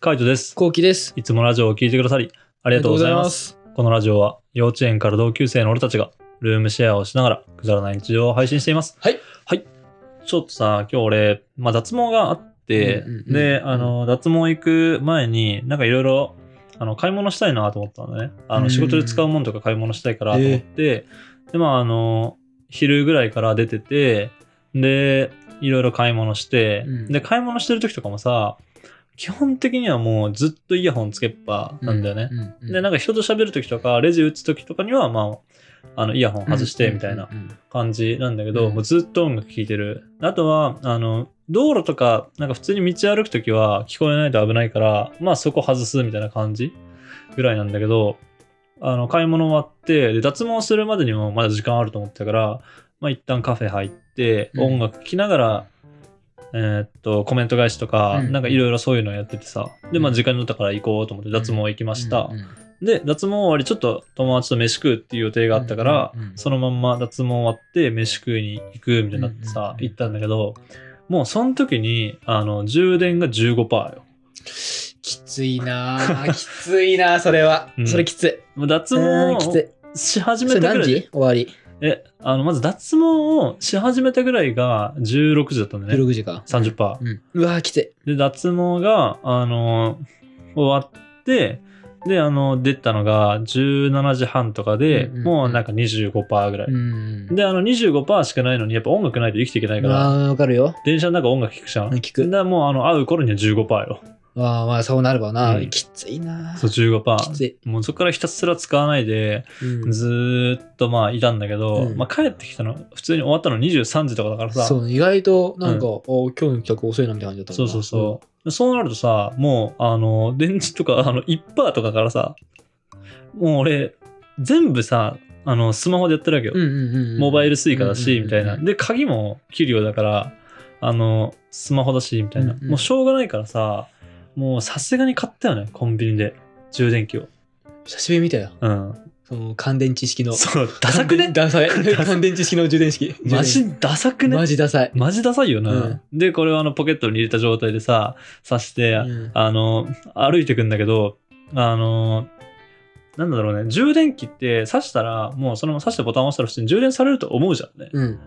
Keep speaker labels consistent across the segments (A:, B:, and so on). A: カイトです。
B: こうきです。
A: いつもラジオを聞いてくださり、あ
B: あ
A: りがとうございます。
B: す。
A: このラジオは、幼稚園から同級生の俺たちが、ルームシェアをしながら、くだらない日常を配信しています。
B: はい。
A: はい。ちょっとさ、今日俺、まあ、脱毛があって、
B: うんうんうん
A: で、あの、脱毛行く前に、なんかいろいろ、あの、買い物したいなと思ったんだね。あ
B: う
A: の、
B: ん
A: 仕事で使うものとか買い物したいからと思って、で、まあ、あの、昼ぐらいから出てて、で、いろいろ買い物して、
B: うん
A: で、買い物してる時とかもさ、基本的にはもうずっとイヤホンつけっぱなんだよね。
B: うん。
A: で、なんか人と喋るときとか、レジ打つときとかには、まあ、あの、イヤホン外して、みたいな
B: うんうん
A: 感じなんだけど、
B: うん
A: もうずっと音楽聴いてる。あとは、あの、道路とか、なんか普通に道歩くときは聞こえないと危ないから、まあそこ外すみたいな感じぐらいなんだけど、あの、買い物終わって、で、脱毛するまでにもまだ時間あると思ってたから、まあ一旦カフェ入って、
B: うん
A: 音楽聴きながら、えーっと、コメント返しとか、
B: うん
A: なんかいろいろそういうのやっててさ、で、まあ時間になったから行こうと思って脱毛行きました。で脱毛終わりちょっと友達と飯食うっていう予定があったから、
B: うんうんうん
A: そのまんま脱毛終わって飯食いに行くみたいになってさ、
B: うんうんうん
A: 行ったんだけどもうその時にあの充電が15%よ
B: きつい なあきついなあそれは
A: う。ん
B: それきつい。
A: もう脱
B: う
A: 毛
B: ーん
A: を
B: きつい。
A: し始
B: そ
A: め
B: れ
A: たぐ
B: 何
A: らい
B: 時終わり。
A: えあのまず脱毛をし始めたぐらいが16時だったんだね
B: 16時か。
A: 30%、
B: うん。うわあきつい。
A: で脱毛があの終わってであの出たのが17時半とかで、
B: うんうん
A: もうなんか25%ぐらい、
B: うん。
A: で、あの25%しかないのに、やっぱ音楽ないと生きていけないか
B: わ
A: ら、
B: あわかるよ。
A: 電車の中音楽聴くじゃん。
B: 聞く。
A: だからもうあの会う頃には15%よ。
B: わあまあそうなるわな
A: う。ん
B: きついなあ
A: そう、
B: き
A: 15%。
B: つい。
A: もうそこからひたすら使わないで、
B: うん
A: ずーっとまあいたんだけど、
B: うん
A: まあ帰ってきたの、普通に終わったの23時とかだからさ、
B: そう、意外となんか、お今日の企画遅いなみたいな感じだった
A: そ
B: もん
A: う
B: な
A: そうそう。そうなるとさ、もう、あの、電池とか、あの、1%とかからさ、もう俺、全部さ、あの、スマホでやってるわけよ。
B: うんうんうんうん。
A: モバイルスイカだし、
B: うん
A: み
B: うん
A: た
B: うん
A: いな。で、鍵もキリオだから、あの、スマホだし、みたいな
B: うん。うん
A: もうしょうがないからさ、もうさすがに買ったよね、コンビニで。充電器を。
B: 久しぶりに見たよ。
A: うん。
B: その乾電池式の。
A: そう、ダサくね
B: ダサい。乾電池式の充電式。
A: マジダサくね
B: マジダサい。
A: マジダサいよな。で、これをあのポケットに入れた状態でさ、刺して、
B: うん
A: あの、歩いてくんだけど、あの、なんだろうね、充電器って刺したら、もうそのまま刺してボタン押したら普通に充電されると思うじゃんね。
B: うん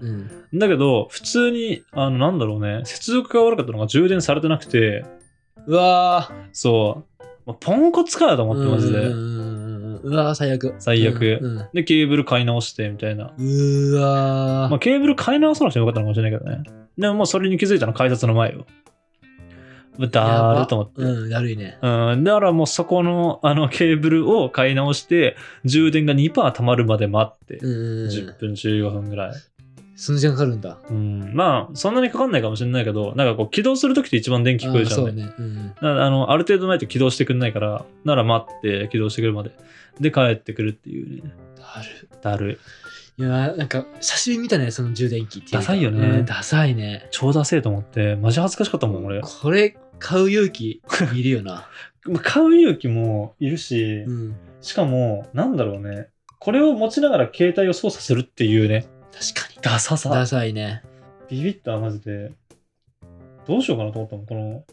B: うん。
A: だけど、普通に、あの、なんだろうね、接続が悪かったのが充電されてなくて、
B: うわ
A: そう、まあポンコツかよと
B: ー。
A: 思って、マジ
B: うんう
A: で。
B: んうんうんうわー、最悪。
A: 最悪
B: うんうん
A: で、ケーブル買い直して、みたいな。
B: うわ
A: まあ、
B: ー。
A: ケーブル買い直さなくてもよかったのかもしれないけどね。でも、もうそれに気づいたの、改札の前よ。うわだーると思って。
B: うん、だるいね。
A: うん、だからもうそこのあのケーブルを買い直して充電が2%溜まるまで待って
B: うんうんう
A: 10
B: ん。
A: 分15分ぐらい、
B: その時間かかるんだ。
A: うん、まあそんなにかかんないかもしれないけどなんかこう起動するときって一番電気食うじゃん、ね、
B: あーそうね。うん
A: だからあのある程度ないと起動してくんないから、なら待って起動してくるまで。で、帰ってくるっていうね。
B: だる
A: だるい。
B: い。いやーなんか、久しぶりに見たね、その充電器ってうか
A: ダサいよね
B: うんダサいね。
A: 超ダセえと思って、マジ恥ずかしかったもん、俺。
B: これ、買う勇気いるよな。
A: まあ買う勇気もいるし
B: う、ん。
A: しかも、なんだろうね。これを持ちながら携帯を操作するっていうね、
B: 確かに。
A: ダサさ
B: ダ。サいね。
A: ビビった、マジで。どうしようかなと思ったもん、この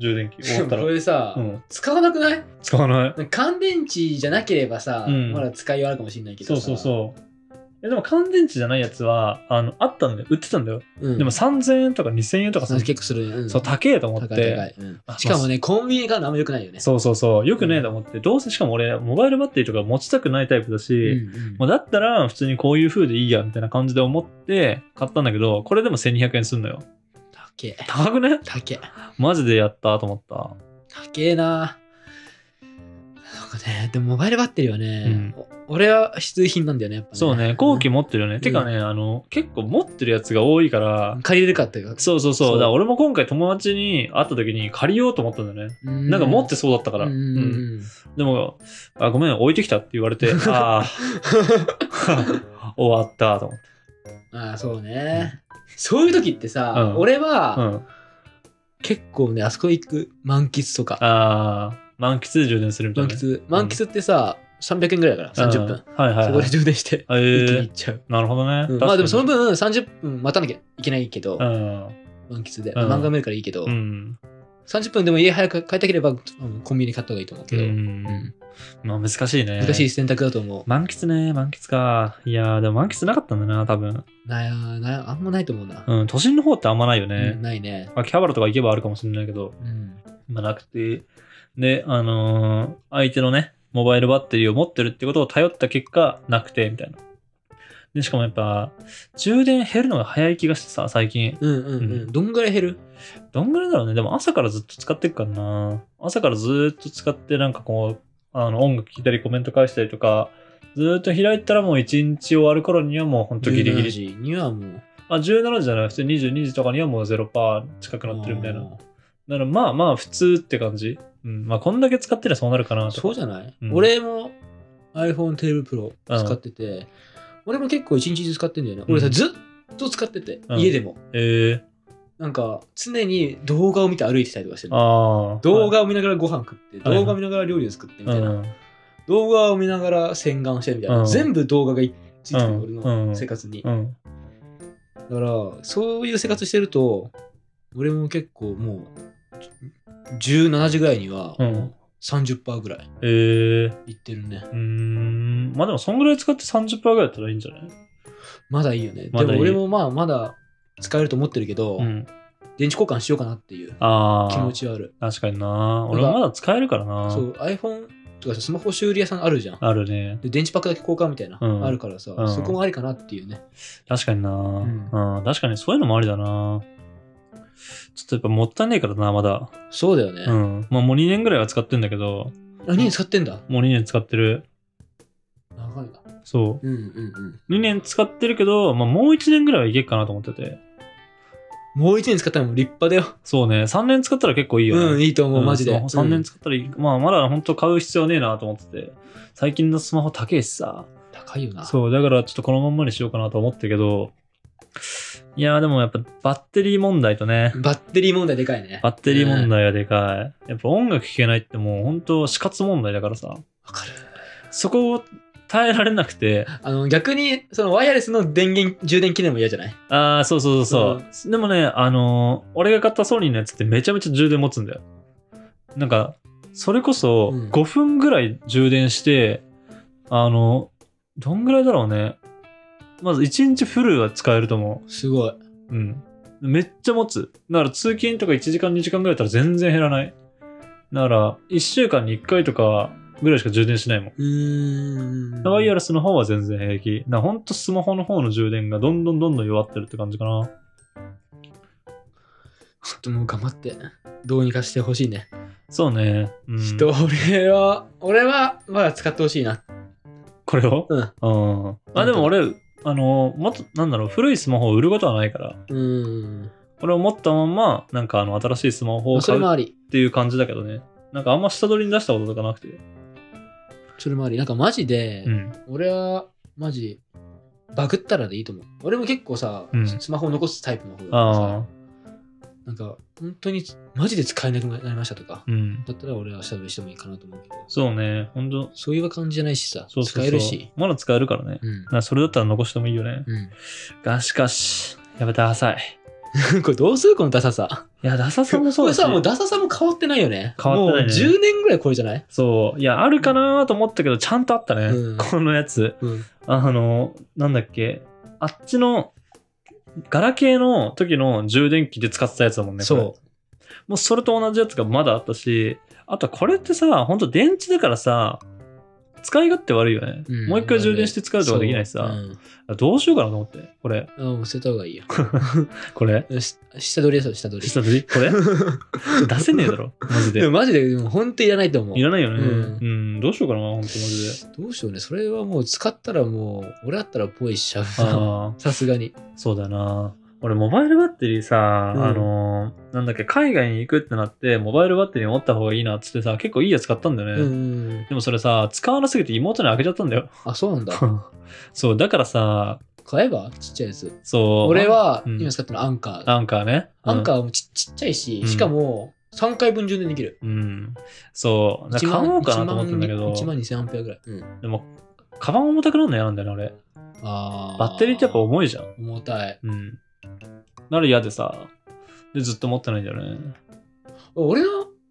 A: 充電 器終わったら
B: こ。れさ
A: うん、
B: 使わなくない
A: 使わない。
B: 乾電池じゃなければさ、
A: うん
B: まだ使いようあるかもしれない け
A: そ
B: ど
A: う
B: さ
A: そうそう。えでも乾電池じゃないやつは、あの、あったんだよ。売ってたんだよ。
B: う、ん、
A: でも3000円とか2000円とか
B: そ
A: す
B: う
A: る
B: 結構する、うん、
A: そう、高えと思っ
B: 高い高
A: て。
B: い、うん
A: あ
B: しかもねコンビニで買うのあんまよくないよね
A: そうそうそう。よくねえと思って。どうせしかも俺、モバイルバッテリーとか持ちたくないタイプだ
B: う
A: し、
B: んうん
A: もうだったら普通にこういう風でいいや、みたいな感じで思って買ったんだけど、これでも1200円すんのよ。
B: 高え
A: 高くね
B: 高え
A: マジでやったと思った。
B: 高えななんかねでもモバイルバッテリーはね、お俺は必需品なんだよねやっぱ、ね、
A: そうね、後期持ってるよね。てかね、あの、結構持ってるやつが多いから、
B: 借りれるかっていうか
A: そうそうそう。
B: そう
A: だから俺も今回友達に会った時に借りようと思ったんだよね。
B: うん
A: なんか持ってそうだったから。
B: う
A: うん
B: うん
A: んでも、あ、ごめん、置いてきたって言われて、ああ、 終わったと思って。
B: うんああそうね、そういう時ってさ、
A: うん
B: 俺
A: う
B: は
A: ん。
B: 結構ねあそこ行く満喫とか
A: ああ、満喫で充電するみたい
B: 満
A: なね。
B: 喫満喫ってさ、300円ぐらいだから30分、
A: うん。はいはい、
B: そこ
A: は
B: で
A: い。
B: 充電して
A: あえ
B: 一気に
A: ー
B: 行っちゃう、
A: なるほどね。
B: う
A: 確
B: ん
A: かに
B: まあでもその、分30分待たなきゃいけないけど、
A: うん。
B: 満喫で、
A: うん
B: 漫画見るからいいけど、
A: うん。
B: 30分でも家早く帰ったければ、うんコンビニ買った方がいいと思うけ
A: う
B: ど、
A: ん。まあ難しいね。
B: 難しい選択だと思
A: 満喫ね、満喫か。いやー、でも満喫なかったんだな、多分。
B: う。なやなあんまないと思うな。
A: うん、都心の方ってあんまないよね。
B: うんないね。
A: まあ、秋葉原とか行けばあるかもしれないけど、
B: うん。
A: まあなくて。で、あのー相手のね、モバイルバッテリーを持ってるってことを頼った結果、なくて、みたいな。で、しかもやっぱ、充電減るのが早い気がしてさ、最近。
B: うんうんうん。どんぐらい減る
A: どんぐらいだろうね。でも朝からずっと使ってるからな。朝からずーっと使って、なんかこう、あの音楽聴いたりコメント返したりとか、ずーっと開いたらもう1日終わる頃にはもうほんとギリギ
B: 17
A: リ。
B: 時にはもう。
A: あ、17時じゃない。普通に22時とかにはもう0%近くなってるみたいな。
B: あ
A: だか
B: ー
A: らまあまあ普通って感じ。うん。まあこんだけ使ってりゃそうなるかなと。
B: そうじゃない、
A: うん
B: 俺も iPhone12 Pro 使ってて、俺も結構一日中使ってんだよね。俺さ、
A: うん
B: ずっと使ってて、
A: うん
B: 家でも。
A: ええ
B: なんか、常に動画を見て歩いてたりとかしてる。
A: ああ。
B: 動
A: 画
B: 画を見ながらご飯食って、
A: はい
B: 動画を見ながら料理を作ってみたいな。
A: うん。
B: 動画を見ながら洗顔してみたいな。
A: うん
B: 全部動画がいついてる、
A: うん
B: 俺の生活に。
A: うん。
B: だから、そういう生活してると、俺も結構もう、17時ぐらいには
A: うん
B: 30%ぐらい
A: ええ
B: いってるね。
A: うーん。まあでもそんぐらい使って30%ぐらいだったらいいんじゃない
B: まだいいよね。
A: まだ
B: で
A: いい
B: も俺もまあまだ使えると思ってるけど、
A: うん。
B: 電池交換しようかなっていう
A: ああ。
B: 気持ちはある。
A: 確かにな。俺はまだ使えるからな。
B: そう、iPhone とかさスマホ修理屋さんあるじゃん。
A: あるね。
B: で電池パックだけ交換みたいな、
A: うん
B: あるからさ、
A: うん
B: そこもありかなっていうね。
A: 確かにな、うん。
B: ん
A: 確かにそういうのもありだな。ちょっとやっぱもったいないからな、まだ。
B: そうだよね。
A: うん。まあもう2年ぐらいは使ってんだけど、
B: あ、2年使ってんだ。
A: もう2年使ってる。
B: 長いな。
A: そ
B: うんうんうん。
A: う。2年使ってるけど、まあもう1年ぐらいはいけっかなと思ってて。
B: もう1年使ったらもう立派だよ。
A: そうね。3年使ったら結構いいよね。
B: うん、いいと思う、マジで。
A: 3
B: う
A: 年
B: ん
A: 使ったらいい。まあまだ本当買う必要ねえなと思ってて。最近のスマホ高いしさ。
B: 高いよな。
A: そう、だからちょっとこのまんまにしようかなと思ってるけど、いやーでもやっぱバッテリー問題とね、
B: バッテリー問題でかいね。
A: バッテリー問
B: うんわ
A: 題はでかい。やっぱ音楽聴けないってもう本当死活問題だからさ、
B: かる。
A: そこを耐えられなくて、
B: あの、逆に、そのワイヤレスの電源、充電機能も嫌じゃない
A: ああ、そうそうそうそう。でもね、あのー俺が買ったソニーのやつってめちゃめちゃ充電持つんだよ。なんか、それこそ
B: うん
A: 5分ぐらい充電して、あの、どんぐらいだろうね。まず1日フルは使えると思う。
B: すごい。
A: うん。めっちゃ持つ。だから通勤とか1時間2時間ぐらいだったら全然減らない。だから1週間に1回とかぐらいしか充電しないもん。
B: うーん。
A: ワイヤレスの方は全然平気。だからほんとスマホの方の充電がどんどんどんどん弱ってるって感じかな。
B: ちょっともう頑張って、どうにかしてほしいね。
A: そうね。うん、
B: ちょっと俺は、俺はまだ使ってほしいな。
A: これを
B: うん。
A: うん。あ、でも俺、あの、もっと、なんだろう、古いスマホを売ることはないから、
B: うーん。
A: これを持ったまんま、なんかあの、新しいスマホを
B: まあそ
A: 買
B: れ
A: う
B: も
A: っ
B: あり。
A: ていう感じだけどね。なんかあんま下取りに出したこととかなくて。
B: それもあり。なんかマジで、
A: うん。
B: 俺はマジ、バグったらでいいと思う。俺も結構さ、
A: うん
B: スマホを残すタイプの方だから
A: あ
B: さ、なんか本当にマジで使えなくなりましたとか
A: あ、、うん。
B: だったら俺は下取りしてもいいかなと思うけど、
A: そうね。ほんと、
B: そういう感じじゃないしさ、
A: そうそうそう
B: 使えるし。。
A: まだ使えるからね。だ
B: うん
A: からそれだったら残してもいいよね。が、しかし、やっぱダサい。
B: うん、こ れどうするこのダサさ。
A: いや、ダサさもそ
B: こ
A: う
B: れ
A: だし
B: さ、。もうダサさも変わってないよね。
A: 変わってないね
B: もう10年ぐらいこれじゃない、
A: そう。いや、あるかなと思ったけど、ちゃんとあったね。
B: うん
A: このやつ。
B: うん、
A: あの、なんだっけ。あっちの、ガラケーの時の充電器で使ってたやつだもんね。これ
B: そう。
A: もうそれと同じやつがまだあったし、あとこれってさ、ほんと電池だからさ、使い勝手悪いよね。
B: うん
A: もう一回充電して使うとかできないし
B: そう
A: さ、
B: うん
A: どうしようかなと思って。これ、
B: あもう捨てた方がいいよ。
A: これ。
B: し下取りですよ、下取り。
A: 下取りこ れ出せねえだろ、マジ
B: で
A: で
B: も。マジで、でも本当いらないと思う。
A: いらないよね。う、
B: うん
A: どうしようかな、本当マジ で。
B: どうしようね。それはもう使ったらもう、俺だったらポイしちゃうな。
A: ああ、
B: さすがに。
A: そうだな。俺、モバイルバッテリーさ、
B: うん
A: あのー、なんだっけ、海外に行くってなって、モバイルバッテリー持った方がいいなっつってさ、結構いいやつ買ったんだよ
B: う
A: ね。
B: ん。
A: でもそれさ、使わなすぎて妹にあげちゃったん だよ。
B: あ、そうなんだ。
A: そう、だからさ、
B: 買えばちっちゃいやつ。
A: そう。
B: 俺、は、
A: うん
B: 今使ってるのアンカー。
A: アンカーね。
B: アン
A: ー
B: カーもちちっちゃいし
A: う、ん
B: しかも、3回分充電できる。
A: うん。そう。だから買おうかなと思ったんだけど、
B: 1万2000アンペアぐらい。うん。
A: でも、カバン重たくなるの嫌なんだよね、
B: あ
A: 俺。バッテリーってやっぱ
B: 重
A: 重いじゃん。
B: 重たい。
A: うん。なら嫌でさ、で、ずっと持ってないんだよね。
B: 俺の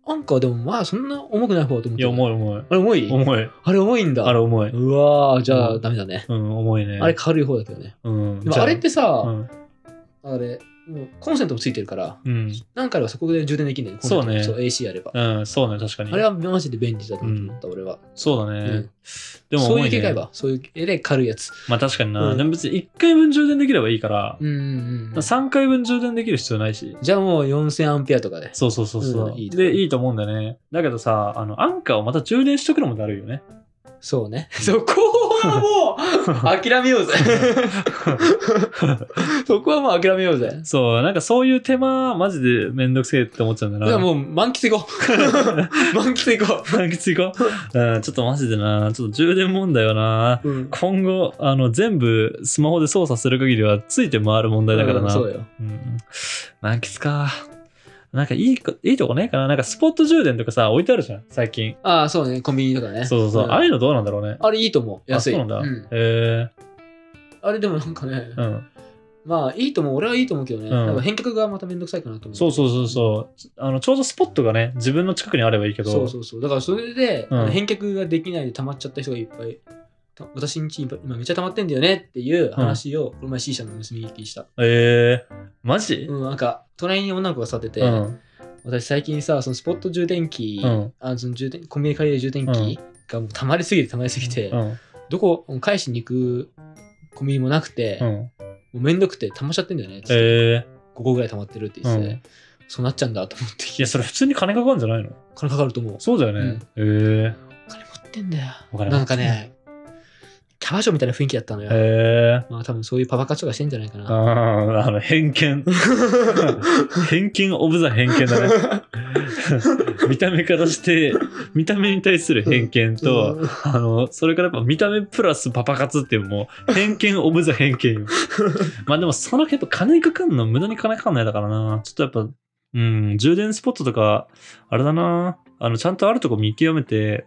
B: アンカーでもまあそんな重くない方だと思っ
A: い
B: て
A: や、
B: た
A: 重い重い。
B: あれ重い
A: 重い。
B: あれ重いんだ。
A: あれ重い。
B: うわーじゃ
A: う
B: あ
A: ん
B: ダメだね。
A: うん、重いね。
B: あれ軽い方だけどね。
A: うん。
B: でもあれって
A: じゃあ、う
B: さ、
A: ん。
B: あれ、もうコンセントもついてるから、
A: うん
B: 何回はそこで充電できんだよ
A: そうね
B: コンセントそう、AC やれば。
A: うん、そうね、確かに。
B: あれはマジで便利だと思った、俺は。
A: そうだね。
B: うん
A: でも重
B: そ
A: い、
B: うい
A: ね、
B: う機会は、そういう、えらい軽いやつ。
A: まあ確かにな。
B: うん
A: でも別に1回分充電できればいいから、
B: うんうんうん。
A: 3回分充電できる必要ないし。
B: じゃあもう4000アンペアとかで。
A: そうそうそうそう、
B: うんいいと思う
A: で、いいと思うんだよね。だけどさ、あの、アンカーをまた充電しとくのもだるいよね。
B: そうね。そこはもう諦めよ うぜ。そこはもう諦めようぜ。
A: そう、なんかそういう手間、マジでめんどくせえって思っちゃうんだな。
B: じゃあもう満喫いこ う。満喫い こ
A: う、きついか、うん、ちょっとマジでな、ちょっと充電問題はな。
B: う。うん。
A: 今後、あの、全部スマホで操作する限りは、ついて回る問題だからな。
B: うんそうよ。
A: うん、満喫か。なんかいいこいいとこないかななんかスポット充電とかさ、置いてあるじゃん、最近。
B: ああ、そうね。コンビニとかね。
A: そうそうそう。
B: ん
A: ああいうのどうなんだろうね。
B: あれいいと思う。
A: あ、そ
B: 安い。
A: うなんだ。
B: ん
A: へ
B: あれでもなんかね
A: え、うん。
B: まあいいと思う。俺はいいと思うけどね。
A: うん
B: なんか返却がまためんどくさいかなと思う。
A: そうそうそうそう。あの、ちょうどスポットがね、自分の近くにあればいいけど。
B: そうそうそうだからそれで、
A: うん
B: あの返却ができないで溜まっちゃった人がいっぱい。た私んちに今めっちゃ溜まってんだよねっていう話を、この前 C 社の盗み聞きした。
A: ええマジ
B: うん、なんか、隣に女の子が座ってて、
A: うん。
B: 私最近さ、そのスポット充電器、
A: うん
B: あその充電コンビニ借りる充電
A: うん
B: 器がもう溜まりすぎて溜まりすぎて、
A: うん。
B: どこ返しに行くコンビニもなくて、
A: う
B: も
A: ん。
B: うめんどくて溜まっちゃってんだよねっつって、
A: ええ
B: 5個ぐらい溜まってるって言ってて、
A: うん
B: そうなっちゃうんだと思って、
A: いや、それ普通に金かかるんじゃないの
B: 金かかると思う。
A: そうだよね。え
B: お金持ってんだよ。
A: お金持ってんだ
B: なんかね、キャバ嬢みたいな雰囲気だったの
A: え
B: よ。
A: ええ
B: まあ多分そういうパパ活とかしてんじゃないかな。
A: あーあの、偏見。 偏見オブザ偏見だね。 見た目からして、見た目に対する偏見と、
B: うん
A: あの、それからやっぱ見た目プラスパパ活っていうもう、偏見オブザ偏見 よ。まあでもそのやっぱ金かかんの、無駄に金かかんないだからな。ちょっとやっぱ、うん、充電スポットとか、あれだな。あの、ちゃんとあるとこ見極めて、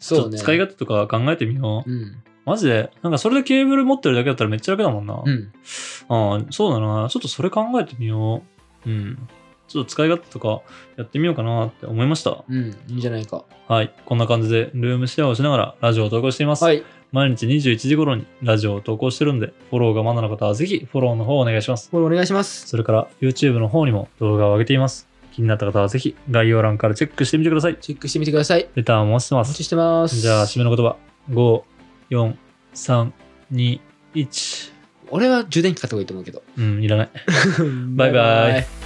A: ちょ
B: そ
A: っ
B: う
A: と
B: ね。
A: 使い勝手とか考えてみよう。
B: うん。
A: マジで、なんかそれでケーブル持ってるだけだったらめっちゃ楽だもんな。
B: うん。
A: ああ、そうだな。ちょっとそれ考えてみよう。うん。ちょっと使い勝手とかやってみようかなって思いました。
B: うん。いいんじゃないか。
A: はい。こんな感じで、ルームシェアをしながらラジオを投稿しています。
B: はい。
A: 毎日21時頃にラジオを投稿してるんで、フォローがまだの方はぜひフォローの方をお願いします。
B: これお願いします。
A: それから、YouTube の方にも動画を上げています。気になった方はぜひ概要欄からチェックしてみてください。
B: チェックしてみてください。
A: レターも押してま
B: お待
A: す。
B: ちしてます。
A: じゃあ、締めの言葉。5、4、3、2、1。
B: 俺は充電器買った方がいいと思うけど。
A: うん、いらない。バイバイ